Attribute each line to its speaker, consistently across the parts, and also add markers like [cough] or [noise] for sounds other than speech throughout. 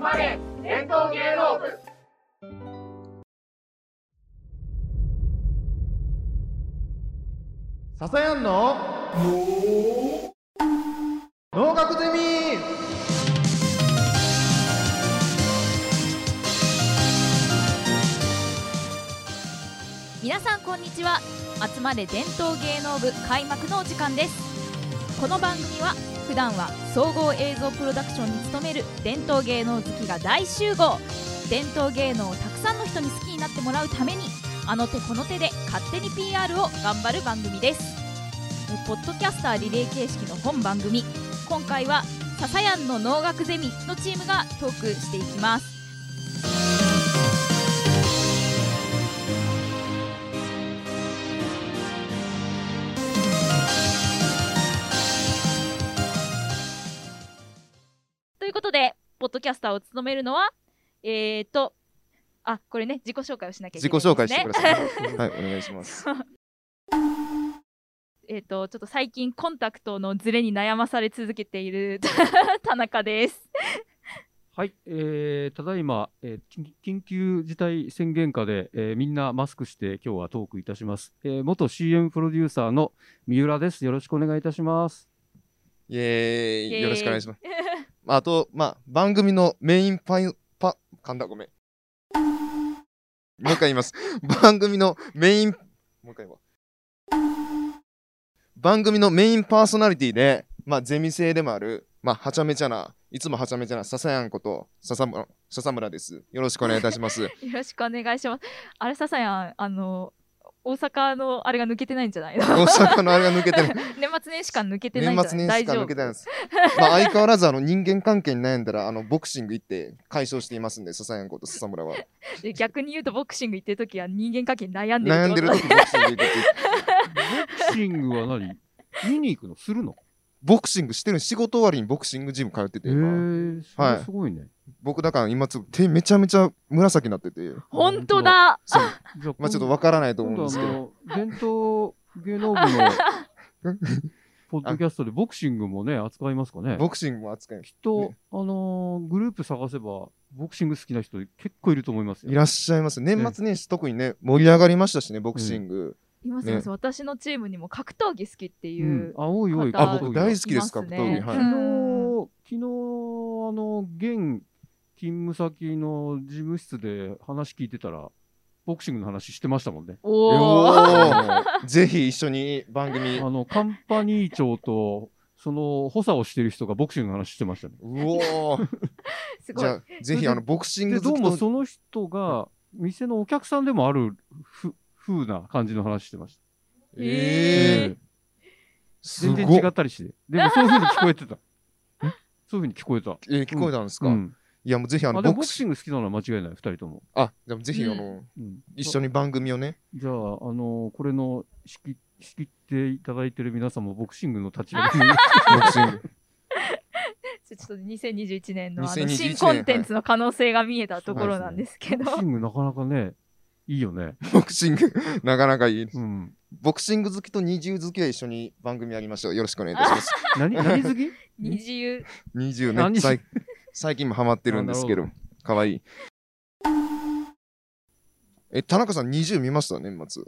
Speaker 1: まれ伝統芸能部
Speaker 2: ささやんの農学ゼミ
Speaker 3: 皆さんこんにちは集まれ伝統芸能部開幕のお時間ですこの番組は普段は総合映像プロダクションに勤める伝統芸能好きが大集合伝統芸能をたくさんの人に好きになってもらうためにあの手この手で勝手に PR を頑張る番組ですえポッドキャスターリレー形式の本番組今回は「ささやんの農学ゼミ」のチームがトークしていきますということで、ポッドキャスターを務めるのは、えーと、あ、これね、自己紹介をしなきゃいけ
Speaker 2: 自己
Speaker 3: ない、
Speaker 2: 紹介してくださ
Speaker 3: い。
Speaker 2: い [laughs] はいお願いします
Speaker 3: [laughs] えーと、ちょっと最近コンタクトのズレに悩まされ続けている [laughs] 田中です。
Speaker 4: はい、えー、ただいま、えー緊緊急事態宣言下で、えーみんなマスクして今日はトークいたします。えー元 CM プロデューサーの三浦です。よろしくお願いいたします。
Speaker 2: イエーイ
Speaker 3: イエーイ
Speaker 2: よろしくお願いしますまああとまあ番組のメインパイパ噛んだごめんもう一回言います番組のメインもう一回言うわ番組のメインパーソナリティでまあゼミ生でもあるまあはちゃめちゃないつもはちゃめちゃな笹やんこと笹村笹村ですよろしくお願いいたします [laughs]
Speaker 3: よろしくお願いします。あれ、笹やん、あの、大阪のあれが抜けてないんじゃないの
Speaker 2: 大阪のあれが抜けてる
Speaker 3: [laughs] 年末年始間抜けてないん
Speaker 2: 年
Speaker 3: じゃない
Speaker 2: 末年始から抜けてない
Speaker 3: 大丈夫
Speaker 2: です。まあ、相変わらずあの人間関係に悩んだらあのボクシング行って解消していますんで、笹山こと笹村は。
Speaker 3: で逆に言うと、ボクシング行ってる時は人間関係に悩んでる
Speaker 2: 悩んでる
Speaker 3: ってこと
Speaker 2: 時ボクシング行くっていう
Speaker 4: ボクシングは [laughs] 何見に行くのするの
Speaker 2: ボクシングしてる仕事終わりにボクシングジム通ってて、
Speaker 4: え
Speaker 2: 今
Speaker 4: ー、そ
Speaker 2: はい
Speaker 4: れすごいね。
Speaker 2: 僕だから今ちょっと手めちゃめちゃ紫になってて、
Speaker 3: 本当だ
Speaker 2: そう
Speaker 4: じゃあ
Speaker 2: まあちょっと
Speaker 4: 今
Speaker 2: わからないと思うん
Speaker 4: 度
Speaker 2: ですけ
Speaker 4: 今
Speaker 2: ど、
Speaker 4: 度あの、伝統芸能部の [laughs] ポッドキャストでボクシングもね、扱いますかね。
Speaker 2: ボクシングも扱い
Speaker 4: きっと、
Speaker 2: ね
Speaker 4: あのーグループ探せば、ボクシング好きな人結構いると思いますよ。
Speaker 2: いらっしゃいます。年末年始特にね、盛り上がりましたしね、ボクシング。
Speaker 3: いますいます、私のチームにも格闘技好きっていう。
Speaker 4: あ、多い多い。
Speaker 3: 方
Speaker 2: あ、僕大好きです、
Speaker 3: いま
Speaker 2: 格
Speaker 3: すね
Speaker 2: 闘技。
Speaker 4: 昨
Speaker 2: はい。、
Speaker 4: 日昨日、あの、現勤務先の事務室で話聞いてたら、ボクシングの話してましたもんね。
Speaker 3: おお
Speaker 2: おーぜひ一緒に番組。
Speaker 4: あの、カンパニー長と、その補佐をしてる人がボクシングの話してましたね。
Speaker 2: うおー
Speaker 3: すご
Speaker 2: じ
Speaker 3: い
Speaker 2: ゃあ、ぜひあのボクシン
Speaker 4: で、
Speaker 2: グ
Speaker 4: ど
Speaker 2: 好
Speaker 4: う
Speaker 2: き
Speaker 4: も
Speaker 2: と
Speaker 4: その人が、店のお客さんでもあるふ、風な感じの話してました。
Speaker 3: えー
Speaker 4: ええ
Speaker 2: す
Speaker 4: 全然
Speaker 2: ごい
Speaker 4: 違っ。たりして。でも、そういう風に聞こ
Speaker 2: [laughs]
Speaker 4: えてた。そういう風に聞こえた。
Speaker 2: えー聞こえたんですか、
Speaker 4: うん。
Speaker 2: いやもうぜひあ
Speaker 4: あ、
Speaker 2: の
Speaker 4: でも
Speaker 2: ボ
Speaker 4: ボ
Speaker 2: ク
Speaker 4: ク
Speaker 2: シ
Speaker 4: シ
Speaker 2: ング
Speaker 4: ング好きなのは間違いない、二人とも。
Speaker 2: あでもぜひあの、
Speaker 4: うん
Speaker 2: 一緒に番組をね
Speaker 4: じゃあ、あのこれの仕切仕切っていただいてる皆さんもボクシングの
Speaker 3: [laughs]
Speaker 4: 立場に、
Speaker 2: ボクシング
Speaker 3: ちょっと2021年のあ
Speaker 2: 2021
Speaker 3: の
Speaker 2: 年
Speaker 3: 新コンテンツの可能性が見えたところなんですけど、
Speaker 4: ボクシングなかなかね、いいよね。
Speaker 2: ボクシング [laughs] なかなかいい
Speaker 4: うん。
Speaker 2: ボクシング好きと二重好きは一緒に番組やりましょうよろしくお願いいたします
Speaker 3: [laughs]
Speaker 4: 何、何好き
Speaker 3: 二次優
Speaker 2: 二重ね
Speaker 4: 何
Speaker 2: 最最近もハマってるんですけどかわいいえ田中さん二重見ました年末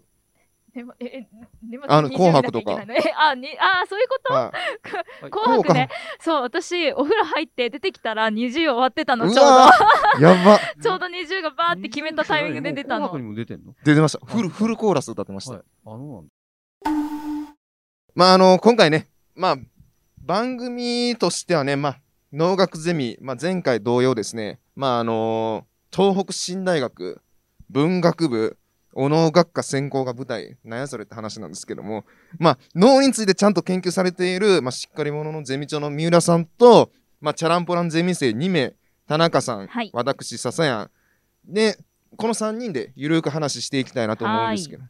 Speaker 3: えまええねま
Speaker 2: あの
Speaker 3: 20
Speaker 2: 紅白とか
Speaker 3: 見なきゃいけないのえあにあそういうこと
Speaker 2: は
Speaker 3: 紅白ね
Speaker 2: 紅
Speaker 3: そう私お風呂入って出てきたら20終わってた
Speaker 2: い
Speaker 3: のち
Speaker 2: う
Speaker 3: ょうど
Speaker 2: わーやば
Speaker 3: ちょうど20がバーって決めたタイミングで出た
Speaker 4: もう
Speaker 3: の
Speaker 4: 紅白にも出てんの
Speaker 2: 出てましたフルフルコーラス歌ってました、
Speaker 4: はい。あのなんだ。
Speaker 2: まああの今回ね、まあ、番組としてはね、まあ、農学ゼミ、まあ、前回同様ですね、まああの東北新大学文学部お能学科専攻が舞台なんやそれって話なんですけども、まあ、脳についてちゃんと研究されている、まあ、しっかり者のゼミ長の三浦さんと、まあ、チャランポランゼミ生2名田中さん、
Speaker 3: はい
Speaker 2: 私笹谷でこの3人でゆるく話していきたいなと思うんですけど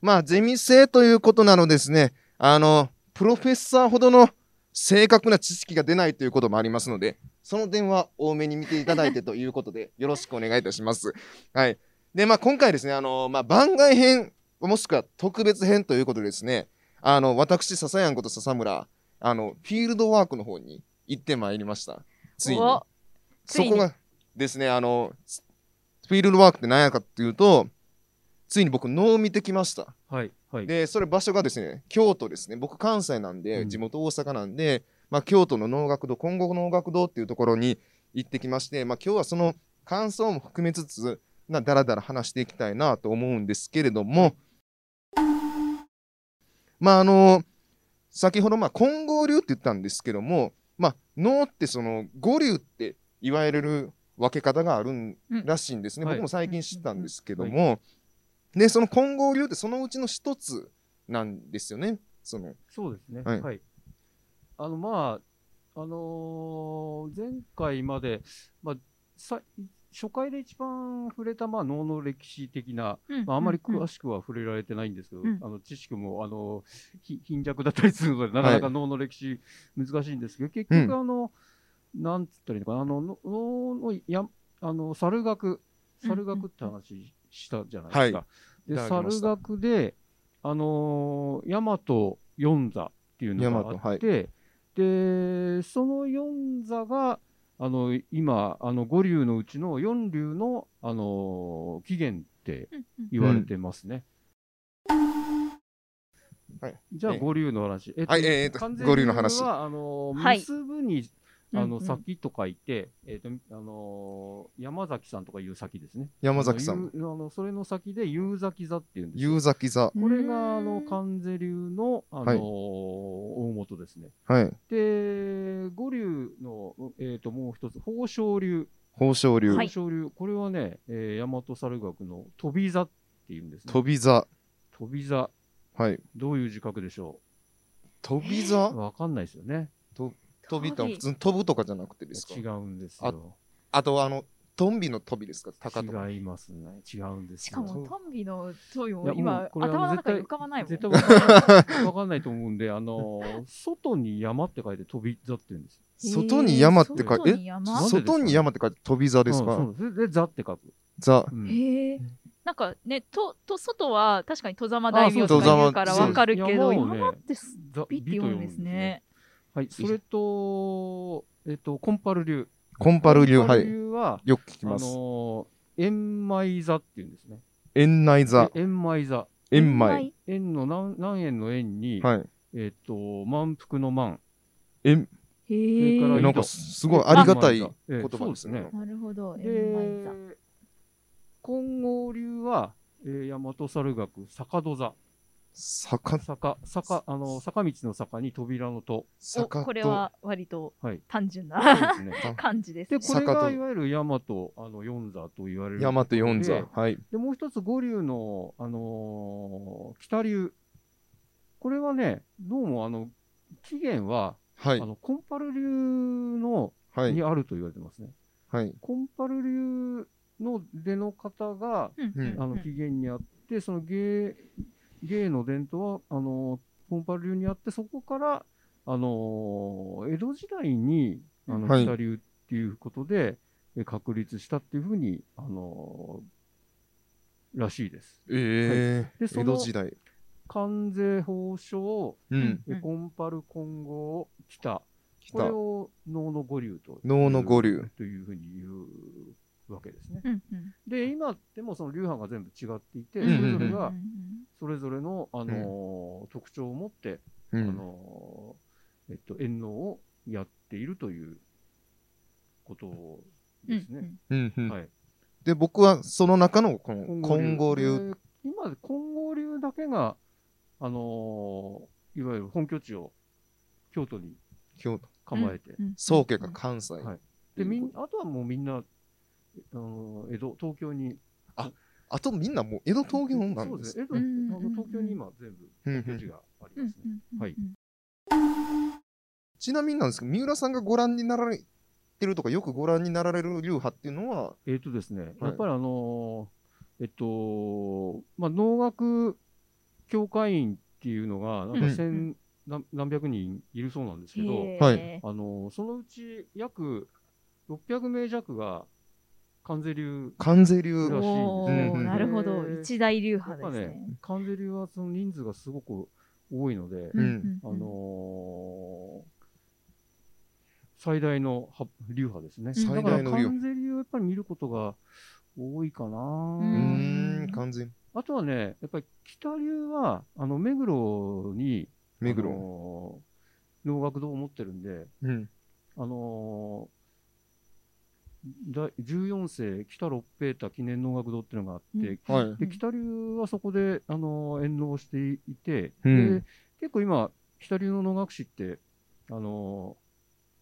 Speaker 2: まあゼミ生ということなのですねあのプロフェッサーほどの正確な知識が出ないということもありますのでその点は多めに見ていただいてということ [laughs] でよろしくお願いいたします。はい、で、まあ、今回ですねあの、まあ、番外編もしくは特別編ということでですねあの私笹谷こと笹村あのフィールドワークの方に行ってまいりましたついに
Speaker 3: おついに
Speaker 2: そこがですね、あの、フィールドワークって何やかっていうと、ついに僕、能を見てきました。
Speaker 4: はいはい
Speaker 2: で、それ場所がですね、京都ですね。僕、関西なんで、
Speaker 4: うん
Speaker 2: 地元大阪なんで、まあ、京都の能楽堂、今後能楽堂っていうところに行ってきまして、まあ、今日はその感想も含めつつ、なだらだら話していきたいなと思うんですけれども、まあ、あの、先ほど、まあ、金剛流って言ったんですけども、まあ、能ってその五流って言われる分け方があるん
Speaker 5: うん
Speaker 2: らしいんですね。
Speaker 4: はい
Speaker 2: 僕も最近知ったんですけども、で、その金剛流ってそのうちの一つなんですよね。その、
Speaker 4: そうですね。
Speaker 2: は
Speaker 4: はいい。あの、まあ、あのー前回まで、まあ、さ初回で一番触れた、まあ、能の歴史的な、まあ、あまり詳しくは触れられてないんですけど、
Speaker 5: うん
Speaker 4: あの知識も、あのひ貧弱だったりするので、なかなか能の歴史難しいんですけど、結
Speaker 2: うん
Speaker 4: 局、あの、なんつったらいいのかな、あの、の能のや、あの、猿学、猿学って話したじゃないですか。
Speaker 2: いただ
Speaker 4: で、
Speaker 2: きまし
Speaker 4: 猿
Speaker 2: た
Speaker 4: 学で、あのー、大和四座っていうのがあって、で、その四座が、あの、今、あの、五竜のうちの四竜の、あのー起源って言われてますね。
Speaker 2: はい
Speaker 4: じゃあ、
Speaker 2: え
Speaker 4: 五竜の話。えっ
Speaker 2: はいえーっと
Speaker 4: 完全
Speaker 2: 五竜の話
Speaker 4: はあの
Speaker 5: はい
Speaker 4: 結ぶに、あの、
Speaker 5: さ
Speaker 4: 先と書いて、えっと、あのー山崎さんとかいう先ですね。
Speaker 2: 山崎さん、
Speaker 4: あのゆあのそれの先で、夕崎座っていうんですよ
Speaker 2: 夕崎座。
Speaker 4: これが、あの、関西流の、あのー
Speaker 2: はい
Speaker 4: 大元ですね。
Speaker 2: はい。
Speaker 4: で、五流の、えっ、と、もう一つ、宝生流。
Speaker 2: 宝生流、
Speaker 5: はい
Speaker 4: 宝生流。これはね、えー、大和猿学の飛び座っていうんですね。
Speaker 2: 飛び座。
Speaker 4: 飛び座。
Speaker 2: はい。
Speaker 4: どういう字書くでしょ
Speaker 2: 飛び
Speaker 4: う
Speaker 2: 座
Speaker 4: わかんないですよね。
Speaker 2: 飛びとは普通に飛ぶとかじゃなくてですか
Speaker 4: 違うんですよ。
Speaker 2: あと、あの、トンビの飛びですか高とか。
Speaker 4: 違いますね。違うんです
Speaker 3: し
Speaker 4: よ。
Speaker 3: かもトンビのトイ
Speaker 4: いや
Speaker 3: も
Speaker 4: もう
Speaker 3: 今
Speaker 4: これは
Speaker 3: 頭の中に浮
Speaker 4: 絶対
Speaker 3: かばないもん
Speaker 4: 絶対わかんないわかんないと思うんで、あのー外に山って書いて飛び座って言うんですよ。
Speaker 2: 外に山って書い
Speaker 3: 外
Speaker 2: て、
Speaker 3: に
Speaker 2: え
Speaker 3: 山
Speaker 4: なんでですか
Speaker 2: 外に山って書いて飛び座ですか、
Speaker 4: うんそうでで座って書く。
Speaker 2: 座。
Speaker 4: うん
Speaker 3: へえなんかねとと外は確かに戸様大名と
Speaker 2: あそう
Speaker 3: か言うからわかるけど
Speaker 4: 戸様
Speaker 3: 山だってす
Speaker 4: 座
Speaker 3: びって読むんですね。
Speaker 4: はい、それと、えっと、コンパル流。
Speaker 2: コンパル流、
Speaker 4: コンパ
Speaker 2: は
Speaker 4: ル
Speaker 2: い。
Speaker 4: 流は、
Speaker 2: よく聞
Speaker 4: あ
Speaker 2: きます。
Speaker 4: のー、円舞座っていうんですね。
Speaker 2: 園内座、
Speaker 4: え円舞座。
Speaker 2: 園前。
Speaker 4: 円の何何円の円に、
Speaker 2: はい。
Speaker 4: えっと、満腹の満。
Speaker 3: へ
Speaker 4: それ
Speaker 3: え
Speaker 4: から
Speaker 2: なんかす、すごいありがたい言
Speaker 4: 言
Speaker 2: 葉ですね。
Speaker 3: なるほど円満座
Speaker 4: で、金剛流は、えー、大和猿学、坂戸座。
Speaker 2: 坂、
Speaker 4: 坂、坂、あの、坂道の坂に扉の戸。
Speaker 3: お
Speaker 2: 坂
Speaker 3: ことれは割と
Speaker 4: はい。
Speaker 3: 単純
Speaker 2: [laughs]
Speaker 4: そう
Speaker 3: な
Speaker 4: ですね。
Speaker 3: 感じです
Speaker 4: で、
Speaker 3: ね
Speaker 4: これ
Speaker 2: 坂
Speaker 4: が
Speaker 2: 戸
Speaker 4: いわゆる大和、あの、四座と言われる。
Speaker 2: 大和四座
Speaker 4: で。
Speaker 2: はい。
Speaker 4: で、もう一つ五流の、あのー北流。これはね、どうも、あの、起源は、
Speaker 2: はい
Speaker 4: あ。の、コンパル流の、
Speaker 2: はい。
Speaker 4: にあると言われてますね。
Speaker 2: はい。
Speaker 4: コンパル流の出の方が、
Speaker 2: うん
Speaker 4: あの、起源にあって、その芸、芸の伝統は、あのーコンパル流にあって、そこから、あのー江戸時代に、あの、
Speaker 2: はい
Speaker 4: 北流っていうことで、え確立したっていうふうに、あのーらしいです。
Speaker 2: ええ
Speaker 4: で
Speaker 2: ー。
Speaker 4: そ
Speaker 2: 江
Speaker 4: の
Speaker 2: 戸時代。
Speaker 4: 関税法書、
Speaker 2: うん。
Speaker 4: で
Speaker 5: うん
Speaker 4: コンパル混合北、
Speaker 2: 来
Speaker 4: これ
Speaker 2: た。
Speaker 4: を能の五流と。
Speaker 2: 能の五流。
Speaker 4: というふうに言うわけですね。
Speaker 5: うんうん
Speaker 4: で、今でもその流派が全部違っていて、
Speaker 5: うん
Speaker 2: うん
Speaker 4: それぞれ
Speaker 2: うん
Speaker 4: がそれぞれの、あのー特徴を持って、
Speaker 2: う
Speaker 4: あ
Speaker 2: ん。
Speaker 4: のーえっと、演能をやっているということですね。
Speaker 2: うんうん
Speaker 4: はい。
Speaker 2: で、僕はその中のこの
Speaker 4: 金
Speaker 2: 金剛
Speaker 4: 剛
Speaker 2: 流。
Speaker 4: 流。で今、金剛流だけが、あのーいわゆる本拠地を京都に
Speaker 2: 京都。
Speaker 4: 構えて、
Speaker 2: 宗家が関西。
Speaker 4: はいでみんあとはもうみんな、あのー江戸、東京に、
Speaker 2: あとみんなもう江戸東京なんです。
Speaker 4: そうですね、江戸
Speaker 5: うんうんうん
Speaker 4: あの東京に今、全部
Speaker 2: うんう
Speaker 4: 本拠地
Speaker 2: ん
Speaker 4: がありますね。はい
Speaker 2: ちなみになんですけど、三浦さんがご覧になられてるとか、よくご覧になられる流派っていうのは、
Speaker 4: えっ、とですね、やっぱりあのーえっと、まあ、農学協会員っていうのが、なん
Speaker 2: うん
Speaker 4: か千何何百人いるそうなんですけど、
Speaker 2: は
Speaker 4: あのーそのうち約600名弱が関西流
Speaker 2: 関西流。
Speaker 4: らしい
Speaker 3: お
Speaker 2: うんう
Speaker 3: ー
Speaker 2: ん
Speaker 3: なるほど
Speaker 4: で
Speaker 3: 一大流
Speaker 4: やっ
Speaker 3: 派
Speaker 4: ぱ
Speaker 3: です
Speaker 4: ね
Speaker 3: ね、
Speaker 4: 関西流はその人数がすごく多いので、
Speaker 2: うん
Speaker 4: あのー最大のは流派ですね。
Speaker 5: うん
Speaker 4: だ
Speaker 2: 最
Speaker 4: から
Speaker 2: 大
Speaker 4: 関
Speaker 2: の流。
Speaker 4: 西流やっぱり見ることが多いかな。
Speaker 5: う
Speaker 2: う
Speaker 5: ー
Speaker 2: ー
Speaker 5: ん
Speaker 2: ん、完全。
Speaker 4: あとはね、やっぱり北流は、あの、目黒に、
Speaker 2: 目
Speaker 4: あ
Speaker 2: 黒。
Speaker 4: のー能楽堂を持ってるんで、
Speaker 2: うん。
Speaker 4: あのーだ14世北六平太記念能楽堂っていうのがあって、
Speaker 5: うん
Speaker 2: はい。
Speaker 4: で北流はそこで、あのー演能していて、
Speaker 2: うん
Speaker 4: で結構今北流の能楽師って、あのー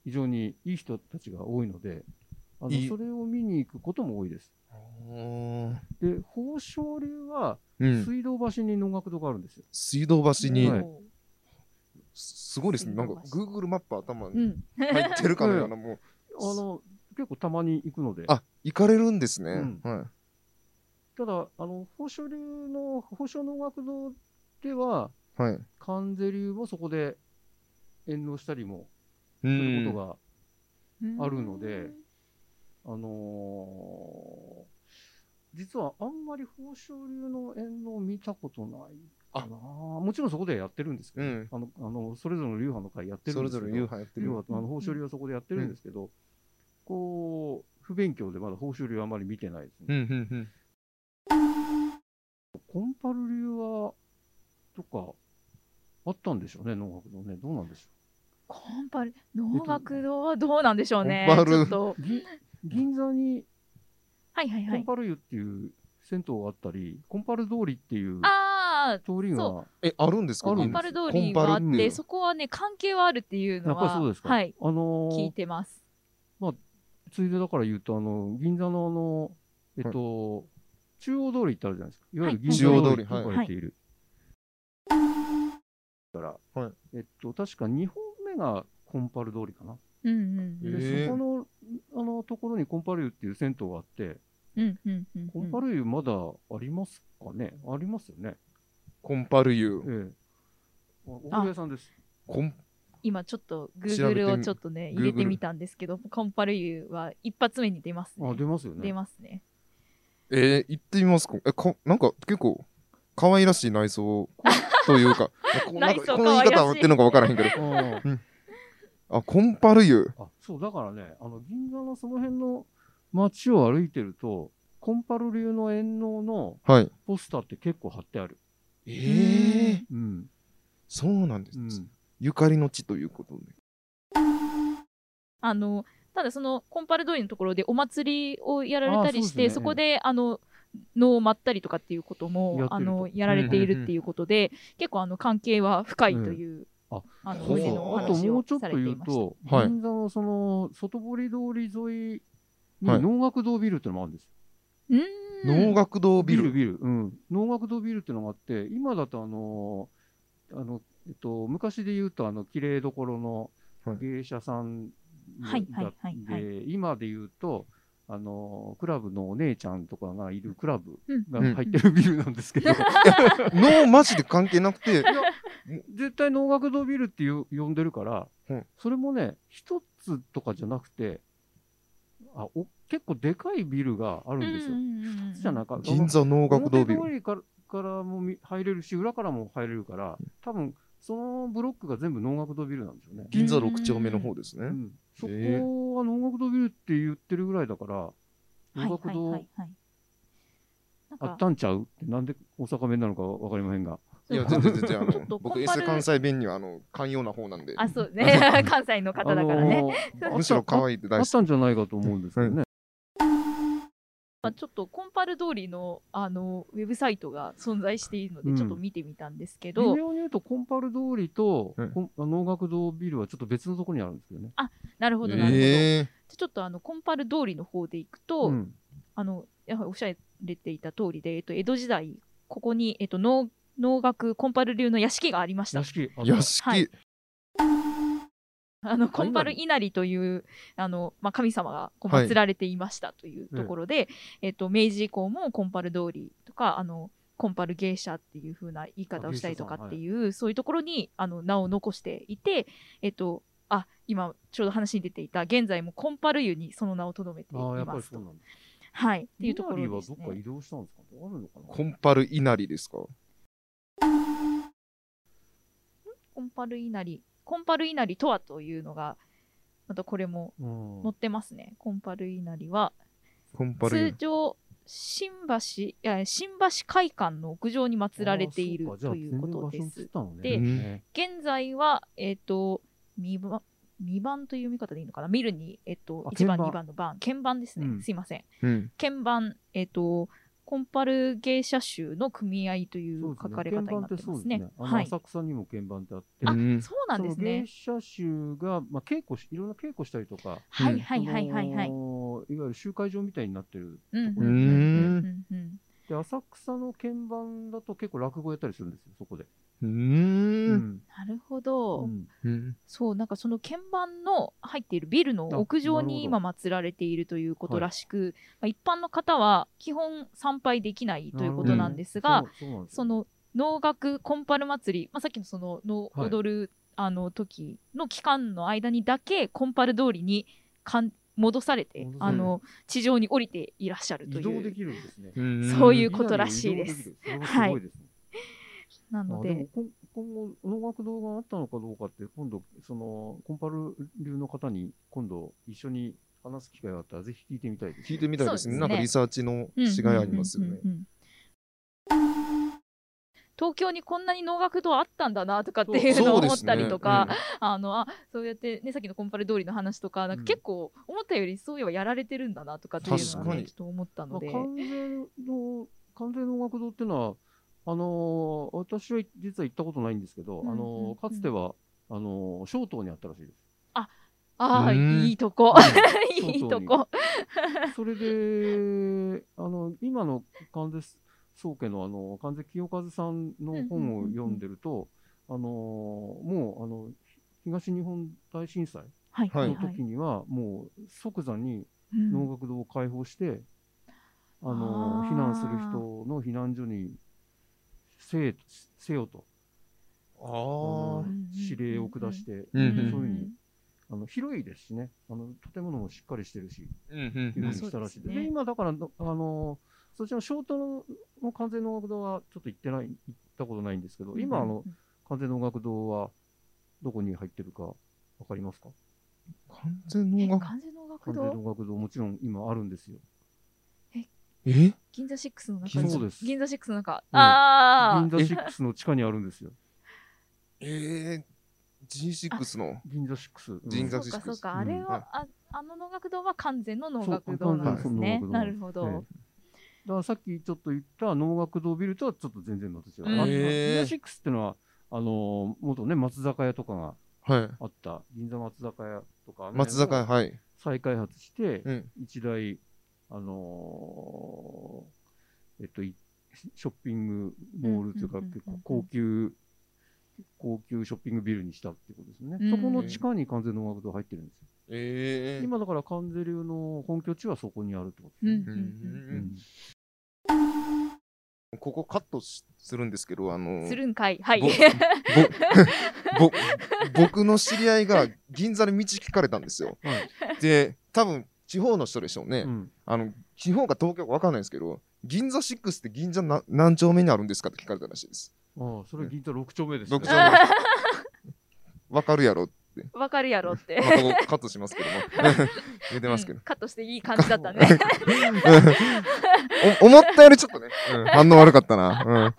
Speaker 4: 非常にいい人たちが多いのであの
Speaker 2: いい
Speaker 4: それを見に行くことも多いです。で宝生流は
Speaker 2: うん。
Speaker 4: 水道橋に能楽堂があるんですよ。
Speaker 2: 水道橋に、
Speaker 4: はい
Speaker 2: すすごいですね。なんか、
Speaker 5: 水
Speaker 2: Google マップ頭
Speaker 5: う
Speaker 2: に
Speaker 5: ん、
Speaker 2: 入ってるかのような、もう。
Speaker 4: あの結構たまに行くので
Speaker 2: あ、行かれるんですね。
Speaker 4: うん
Speaker 2: はい。
Speaker 4: ただあの宝生流の宝生能楽堂では
Speaker 2: はい。
Speaker 4: 関税流もそこで遠慮したり
Speaker 2: う
Speaker 4: もするこ
Speaker 2: ん。
Speaker 4: とがあるので、あのー実はあんまり宝生流の遠慮を見たことないかなもちろんそこでやってるんですけど、
Speaker 2: うん
Speaker 4: あのあのそれぞれの流派の会やってる
Speaker 2: そ
Speaker 4: ん
Speaker 2: れ
Speaker 4: です
Speaker 2: ぞ
Speaker 4: けど
Speaker 2: れ流派やってる
Speaker 4: 流。派あの宝生流はそこでやってるんですけど、こう不勉強でまだ宝生流はあんまり見てないですね。
Speaker 2: うん、うん、うん。
Speaker 4: コンパル流は、とか、あったんでしょうね、能楽堂ね。どうなんでしょ
Speaker 3: コンパル、能楽堂はどうなんでしょうね。
Speaker 2: コンパル
Speaker 3: ちょっと
Speaker 4: う。ぎ銀座に
Speaker 3: はいはい
Speaker 4: コ
Speaker 3: は
Speaker 4: ン
Speaker 3: い。
Speaker 4: パル湯っていう銭湯があったり、コンパル通りっていう
Speaker 3: ああ、
Speaker 4: 通りが
Speaker 3: そ、
Speaker 2: え、あるんですか
Speaker 4: ある
Speaker 3: コ
Speaker 4: ん
Speaker 3: ン
Speaker 4: で
Speaker 3: パ
Speaker 4: す
Speaker 3: ル通り
Speaker 2: コン
Speaker 3: があ
Speaker 2: パル
Speaker 3: っ
Speaker 2: 通り
Speaker 3: て、そこはね、関係はあるっていう
Speaker 4: や
Speaker 3: の
Speaker 4: っぱり
Speaker 3: は、
Speaker 4: そうですか。
Speaker 3: はい、
Speaker 4: あのー
Speaker 3: 聞いてます。
Speaker 4: ついでだから言うと、あの、銀座のあの、えっと、中央通りってあるじゃないですか。いわゆる銀座
Speaker 2: はい
Speaker 4: 通りと
Speaker 2: 中央
Speaker 4: 呼
Speaker 2: 通
Speaker 4: ば
Speaker 2: り
Speaker 4: れている。から、
Speaker 2: はい
Speaker 4: えっと、確か2本目がコンパル通りかな。
Speaker 3: うん
Speaker 2: へ
Speaker 3: うん
Speaker 2: え
Speaker 4: でそこのあのところにコンパル湯っていう銭湯があって、
Speaker 3: うん。うんうんうんうん
Speaker 4: コンパル湯まだありますかね、ありますよね。
Speaker 2: コンパルユー。
Speaker 4: ええ。あお風呂屋さんです。
Speaker 2: コン、
Speaker 3: 今ちょっと
Speaker 2: 調べてみ
Speaker 3: Google をちょっとね、入れてみたんですけど、コンパルユは一発目に出ます
Speaker 4: あ
Speaker 3: ね。
Speaker 4: 出ますよ
Speaker 3: 出
Speaker 4: ね。
Speaker 3: ますね。
Speaker 2: えー、行ってみますか。え、か、なんか、結構、可愛らしい内装と [laughs] いうか、こうなんか
Speaker 3: 内装
Speaker 2: この言い
Speaker 3: 可愛ら
Speaker 2: 方
Speaker 3: しい
Speaker 2: 合ってるのか分からへんけど。
Speaker 4: あ
Speaker 2: あ、コンパルユ
Speaker 4: あそうだからね、あの銀座のその辺の街を歩いてると、コンパル流の遠納の
Speaker 2: ー。はい。
Speaker 4: ポスターって結構貼ってある。
Speaker 3: ー
Speaker 2: えー、
Speaker 4: うん。
Speaker 2: そうなんです、
Speaker 4: うん、
Speaker 2: ゆかりの地ということで。
Speaker 3: あのただそのコンパル通りのところでお祭りをやられたりし
Speaker 4: あーそうで
Speaker 3: て
Speaker 4: すね
Speaker 3: そこであの能を舞ったりとかっていうこと
Speaker 4: や
Speaker 3: も
Speaker 4: って
Speaker 3: あ
Speaker 4: ると
Speaker 3: のやられているっていうことで、結構あの関係は深いという、
Speaker 4: うんあ
Speaker 3: あの
Speaker 2: そう
Speaker 3: 胸のお
Speaker 4: あと
Speaker 3: 話
Speaker 4: もう
Speaker 3: を
Speaker 4: ちょっ
Speaker 3: さ
Speaker 4: と
Speaker 3: れて
Speaker 4: 言
Speaker 3: いうました。
Speaker 4: と、
Speaker 2: はい
Speaker 4: 銀座のその外堀通り沿いに
Speaker 2: はい
Speaker 4: 能楽堂ビルってのもあるんですよ
Speaker 3: うー
Speaker 2: 能
Speaker 3: ん
Speaker 2: 楽堂ビ
Speaker 4: ビル
Speaker 2: ル。
Speaker 4: ビル、うん、能楽堂ビルっていうのがあって、今だとあのーあの、えっと、昔で言うとあの綺麗どころの
Speaker 2: はい
Speaker 4: 芸者さんだ
Speaker 3: はいはいはいはい
Speaker 4: で、今で言うとあのークラブのお姉ちゃんとかがいるクラブ
Speaker 3: うん
Speaker 4: が入ってるビルなんですけ
Speaker 3: [laughs]
Speaker 4: ど、
Speaker 2: 能マジで関係なくて、
Speaker 4: 絶対能楽堂ビルっていう呼んでるから、
Speaker 2: うん
Speaker 4: それもね一つとかじゃなくてあお結構でかいビルがあるんですよ。一つじゃなかった
Speaker 2: 銀座能楽堂ビ
Speaker 4: 表通
Speaker 2: ル。
Speaker 4: りからからもみ入れるし、裏からも入れるから、多分そのブロックが全部能楽堂ビルなんですよね。
Speaker 2: 銀座六丁目の方です
Speaker 4: う
Speaker 2: ね。
Speaker 4: ん、そこ
Speaker 2: ええ
Speaker 4: は能楽堂ビルって言ってるぐらいだから、能楽
Speaker 3: はいは
Speaker 4: 堂
Speaker 3: いはいはいなん
Speaker 4: あ
Speaker 3: か
Speaker 4: ったんちゃうって、なんで大阪弁なのか分かりませんが、
Speaker 2: いや、全然全然、あ
Speaker 3: ちょっ
Speaker 2: の、
Speaker 3: と
Speaker 2: 僕
Speaker 3: コンパ
Speaker 2: S
Speaker 3: ル
Speaker 2: 関西弁には、あの、寛容な方なんで、
Speaker 3: あそう
Speaker 4: [laughs]
Speaker 3: ね関西の方だからね、
Speaker 4: あのー
Speaker 2: むしろ可
Speaker 4: あ
Speaker 2: 愛いって
Speaker 4: あ
Speaker 2: 大
Speaker 4: っ
Speaker 2: 好き。
Speaker 4: たんじゃないかと思うんですけどね。
Speaker 3: まあ、ちょっとコンパル通りのあのウェブサイトが存在しているので、
Speaker 4: うん
Speaker 3: ちょっと見てみたんですけど、
Speaker 4: 微妙に言うと、コンパル通りと、
Speaker 2: はい
Speaker 4: こん能楽堂ビルはちょっと別のところにあるんですけどね。
Speaker 3: なるほどなるほど、
Speaker 2: えー、
Speaker 3: ちょっとあのコンパル通りの方で行くと、
Speaker 4: うん
Speaker 3: あのやはりおっしゃられていた通りで、えっと、江戸時代ここに、えっと、能能楽コンパル流の屋敷がありました
Speaker 4: 屋。敷、あの
Speaker 2: 屋敷、
Speaker 3: はい [laughs] あのコンパル
Speaker 4: 稲
Speaker 3: 稲荷というあの、まあ、神様がこう祀られていましたというところで、えっと、明治以降もコンパル通りとかあのコンパル芸者っていう風な言い方をしたりとかっていう、そういうところにあの名を残していて、えっと、あ今ちょうど話に出ていた現在もコンパル湯にその名を留めてい
Speaker 4: ああ、やっぱ
Speaker 3: ま
Speaker 4: り
Speaker 3: す
Speaker 4: そう
Speaker 3: と。
Speaker 4: なんです。
Speaker 3: はい、っていう
Speaker 4: 稲
Speaker 3: とこ
Speaker 4: 荷
Speaker 3: ろ
Speaker 4: は
Speaker 3: で
Speaker 4: ど
Speaker 3: す
Speaker 4: っか
Speaker 3: ね。
Speaker 4: 移動したんですかあるのかな
Speaker 2: コンパル稲荷ですか。
Speaker 3: コンパル稲荷コンパル稲荷とはというのがまたこれも
Speaker 4: うん
Speaker 3: 載ってますね。コンパル稲荷は、
Speaker 2: コンパ
Speaker 3: 通
Speaker 2: ル。
Speaker 3: 常新橋いや新橋会館の屋上に祀られている
Speaker 4: あーそう
Speaker 3: と
Speaker 4: か
Speaker 3: いうことで
Speaker 4: じゃあ全然場所移っ
Speaker 3: す。
Speaker 4: たのね
Speaker 3: で
Speaker 2: うん
Speaker 3: 現在は、えっ、と、2番、二番という読み方でいいのかな見るに、えっ、と
Speaker 4: あ、
Speaker 3: 1番、
Speaker 4: 鍵盤
Speaker 3: 2番の番、鍵盤ですね。
Speaker 4: うん
Speaker 3: すいません。
Speaker 2: うん。
Speaker 3: 鍵盤、えっ、と、コンパル芸者集の組合とい
Speaker 4: そう
Speaker 3: う
Speaker 4: ですね
Speaker 3: 書かれ方になって
Speaker 4: 鍵盤
Speaker 3: ま
Speaker 4: そう
Speaker 3: すね。
Speaker 4: あの
Speaker 3: はい。
Speaker 4: 浅草にも鍵盤ってあって、
Speaker 2: あうん
Speaker 3: そうなんですね。
Speaker 4: その芸者集が、まあ、稽古しいろんな稽古したりとか、
Speaker 3: はいはいはいはいはい
Speaker 4: そ。のいわゆる集会場みたいになってる
Speaker 3: うんうん
Speaker 2: う
Speaker 3: うんう
Speaker 2: ん。
Speaker 3: んうん
Speaker 4: で浅草の鍵盤だと結構落語やったりするんですよそこで、
Speaker 2: うん。
Speaker 3: なるほど、
Speaker 4: うん
Speaker 2: うん。
Speaker 3: そう、なんかその鍵盤の入っているビルの屋上に
Speaker 4: あな
Speaker 3: 今祀られているということらしく、まあ、一般の方は基本参拝できないということなんですが、、
Speaker 4: そうそうなんですよ
Speaker 3: その能楽コンパル祭り、まあ、さっきのその能
Speaker 4: はい
Speaker 3: 踊る、あの時の期間の間にだけコンパル通りにかん戻されて
Speaker 4: 戻さ
Speaker 3: あ
Speaker 4: れる
Speaker 3: の地上に降りていらっしゃると
Speaker 4: 移
Speaker 3: い
Speaker 4: 動で
Speaker 3: う
Speaker 4: きるんですね。
Speaker 2: うん
Speaker 3: そういうことらしいです。
Speaker 4: それは
Speaker 3: はい
Speaker 4: すごいですね。
Speaker 3: なの
Speaker 4: あでも
Speaker 3: で
Speaker 4: こん今後、能楽堂があったのかどうかって、今度、その、コンパル流の方に、今度、一緒に話す機会があったら、ぜひ聞いてみたいです、
Speaker 2: 聞いてみたいです
Speaker 3: そう
Speaker 2: ね。
Speaker 3: ですね
Speaker 2: なんかリサーチの
Speaker 3: うん
Speaker 2: 違いありますよね
Speaker 3: うん。うんうん東京にこんなに能楽堂あったんだなとかっていうのを
Speaker 2: そう
Speaker 3: 思
Speaker 2: で
Speaker 3: っ
Speaker 2: すね
Speaker 3: たりとか、あのあそうやって、ね、さっきのコンパル通りの話とかなんか結構思ったよりそういえばやられてるんだなとかっていうの
Speaker 4: 確
Speaker 3: は、
Speaker 4: か
Speaker 3: ね、
Speaker 2: に
Speaker 3: ちょっと思った
Speaker 4: ま
Speaker 3: の
Speaker 4: あ、
Speaker 3: で。
Speaker 4: 関税の、関税能楽堂っていうのは、あのー私は実は行ったことないんですけど、
Speaker 3: うん
Speaker 4: あ
Speaker 3: うんうん
Speaker 4: のーかつては、あのー、小東にあったらしい
Speaker 2: [laughs]
Speaker 4: です。
Speaker 3: ああ、
Speaker 2: うん
Speaker 3: いいとこ。
Speaker 4: うん
Speaker 3: いいとこ。
Speaker 4: それで、あの今の関税宗家のあの関税清和さんの本を読んでると、あのもうあの東日本大震災
Speaker 3: はいは
Speaker 2: はいい
Speaker 4: の
Speaker 3: はい
Speaker 4: 時。には、もう即座に
Speaker 3: うん
Speaker 4: 能楽堂を開放して、あの
Speaker 3: あー
Speaker 4: 避難する人の避難所にせせよと、
Speaker 2: あ
Speaker 4: あの
Speaker 3: うんうんうん
Speaker 4: 指令を下して、
Speaker 2: うんうん
Speaker 4: そういうふうにあの広いですしねあの、建物もしっかりしてるし。
Speaker 2: あ。うん
Speaker 4: いうふうにしたらし
Speaker 3: まあそ
Speaker 4: いです。
Speaker 3: うですね
Speaker 4: で今だからのあのそちらのショートのの完全能楽堂はちょっと行ってない行ったことないんですけど、今あの、完全能楽堂はどこに入ってるかわかりますか？
Speaker 2: 完全
Speaker 3: え、
Speaker 2: 能楽。
Speaker 3: 完全能楽
Speaker 4: 完全
Speaker 3: 堂
Speaker 4: 能楽堂もちろん今あるんですよ。
Speaker 2: え
Speaker 3: 銀座シックスの中に
Speaker 4: そうです
Speaker 3: 銀座シックスの中。
Speaker 4: うん
Speaker 3: あ
Speaker 4: 銀
Speaker 3: あ。
Speaker 4: 座シックスの地下にあるんですよ。
Speaker 2: えー、G6 の。
Speaker 4: 銀座シックス。うん
Speaker 2: 銀
Speaker 3: そ
Speaker 2: 座
Speaker 3: う
Speaker 2: シッ
Speaker 3: か
Speaker 2: クス
Speaker 3: そう
Speaker 4: う
Speaker 3: か。
Speaker 4: ん
Speaker 3: あれ
Speaker 2: はい
Speaker 3: は、ああの能楽堂は完全の能楽堂なんですね。
Speaker 4: そう完全の能楽堂
Speaker 3: なるほ
Speaker 4: ええ
Speaker 3: ど。
Speaker 4: だからさっきちょっと言った能楽堂ビルとはちょっと全然また違う。
Speaker 3: うん
Speaker 4: あ銀
Speaker 2: へー
Speaker 4: 座シックスってのはあの元ね松坂屋とかが
Speaker 2: はい。
Speaker 4: あった銀座松坂屋とかあの辺を
Speaker 2: 松坂屋、はい。
Speaker 4: 再開発して、
Speaker 2: うん。
Speaker 4: 一大、あのーえっと、いショッピングモールというか、
Speaker 3: うんうんうんうん
Speaker 4: 結構高級、高級ショッピングビルにしたってことですね。
Speaker 3: うん
Speaker 4: そこの地下に関税の音楽堂入ってるんですよ。
Speaker 2: えー。
Speaker 4: 今だから関税流の本拠地はそこにあるってこと
Speaker 3: うんう
Speaker 4: です
Speaker 3: んう
Speaker 4: ね。
Speaker 2: うんんここカットしするんですけど、あの
Speaker 3: するんかい。はい。
Speaker 2: ぼぼ [laughs] ぼ僕の知り合いが銀座で道聞かれたんですよ。
Speaker 4: はい
Speaker 2: で、多分地方の人でしょうね。
Speaker 4: うん
Speaker 2: あの地方か東京か分かんないですけど、銀座6って銀座な何丁目にあるんですかって聞かれたらしいです。
Speaker 4: ああ、それ銀座6丁目ですね。
Speaker 2: 6丁 [laughs]
Speaker 3: [laughs]
Speaker 2: 目。分かるやろって、
Speaker 3: わかるやろって。
Speaker 2: まあ、ここカットしますけども。
Speaker 4: [laughs]
Speaker 2: 出てますけど
Speaker 3: うん。カットしていい感じだ
Speaker 2: [laughs]
Speaker 3: ったね。
Speaker 2: お [laughs] 思ったよりちょっとね、 [laughs] うん反応悪かったな。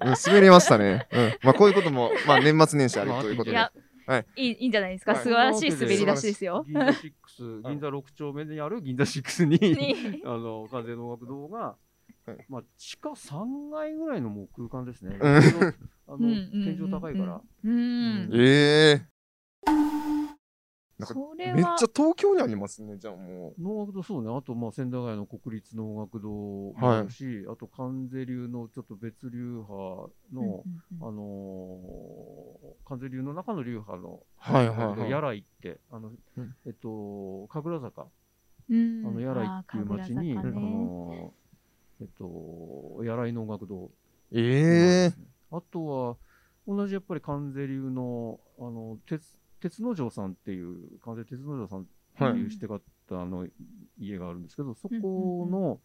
Speaker 2: うん、うん滑りましたね。うんまあ、こういうことも、まあ、年末年始あるということ
Speaker 3: い
Speaker 2: で。
Speaker 3: や、
Speaker 2: はい
Speaker 3: いい、いいんじゃないですか。
Speaker 2: はい
Speaker 3: 素晴らしい滑り出しですよ。
Speaker 4: 銀座6、銀座6丁目にある銀座6に、
Speaker 3: [laughs] に
Speaker 4: あの、関税の学堂が
Speaker 2: はい、
Speaker 4: まあ、地下3階ぐらいのもう空間です
Speaker 2: う
Speaker 4: ね。
Speaker 2: ん
Speaker 4: 天井 [laughs] あの
Speaker 3: うんうんうんうん
Speaker 4: 天井高いから。
Speaker 3: うん。
Speaker 2: ええなんか
Speaker 3: それ
Speaker 2: めっち
Speaker 3: は
Speaker 2: ゃ東京にありますね、じゃあも
Speaker 4: 能楽堂そうね、あとまあ仙台街の国立能楽堂も
Speaker 2: はい
Speaker 4: あるし、あと関税流のちょっと別流派の、あのー関税流の中の流派の、
Speaker 2: う。はい
Speaker 4: やらいって、あの、
Speaker 2: うん
Speaker 4: えっと、神楽坂、
Speaker 3: うん
Speaker 4: あの、やらいっていう町に、
Speaker 3: あ
Speaker 4: あ
Speaker 3: ー神楽坂ね
Speaker 4: のーえっと、やらい能楽堂。
Speaker 2: ええ
Speaker 4: あとは、同じやっぱり関税流の、あの、鉄、鉄之丞さんっていう、関税鉄之丞さん
Speaker 2: は
Speaker 4: って
Speaker 2: い
Speaker 4: い。うして方の家があるんですけど、そ
Speaker 3: うん
Speaker 4: この、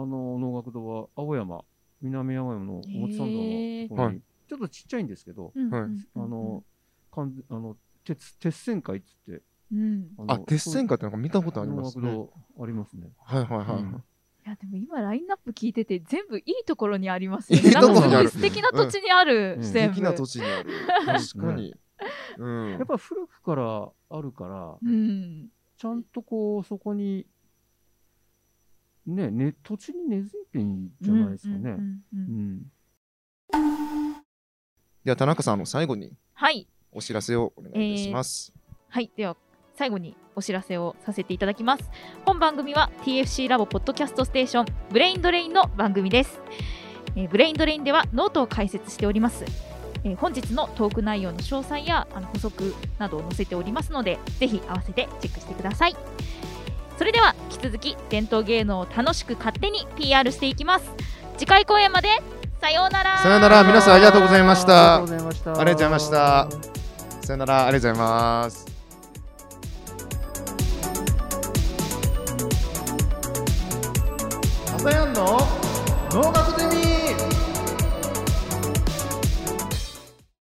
Speaker 4: あの、能楽堂は青山、南青山の表参道
Speaker 3: へ
Speaker 4: の
Speaker 3: ー
Speaker 4: ところ
Speaker 2: は
Speaker 4: に、ちょっとちっちゃいんですけど、
Speaker 3: うん
Speaker 2: はい
Speaker 3: うん
Speaker 4: あの、かんあの鉄、鉄線会っつって、
Speaker 3: うん。
Speaker 4: あの
Speaker 2: あ、鉄線下ってなんか見たことあります
Speaker 4: 能
Speaker 2: ね。
Speaker 4: 楽堂ありますね。
Speaker 2: はいはいはい。
Speaker 4: うん
Speaker 3: いやでも今ラインナップ聞いてて全部いいところにありますよね。
Speaker 2: いい
Speaker 3: なん
Speaker 2: と
Speaker 4: こ
Speaker 3: か
Speaker 4: ろ
Speaker 3: すごい素
Speaker 2: る
Speaker 4: にあ
Speaker 3: 敵な土地にある
Speaker 4: うん。
Speaker 3: 全
Speaker 2: 素
Speaker 3: 部
Speaker 2: 敵な土地にある。確かに。うん
Speaker 4: やっ。ぱ古くからあるから、
Speaker 3: うん。
Speaker 4: ちゃんとこう、そこに、ね、ね、土地に根付いてんじゃないですか
Speaker 3: うんう
Speaker 4: ね。
Speaker 3: んうん
Speaker 4: う
Speaker 3: うん
Speaker 4: ん。
Speaker 2: では田中さんあの最後に
Speaker 3: はい。
Speaker 2: お知らせをお願いいたします。
Speaker 3: はい、では最後にお知らせをさせていただきます。本番組は TFC ラボポッドキャストステーションブレインドレインの番組です。えーブレインドレインではノートを解説しております。えー本日のトーク内容の詳細やあの補足などを載せておりますので、ぜひ合わせてチェックしてください。それでは引き続き伝統芸能を楽しく勝手に PR していきます。次回公演までさようなら。
Speaker 2: さようなら皆さんありがとうございました
Speaker 4: ありがとうございました。
Speaker 2: ありがとうございましたさよならありがとうございます。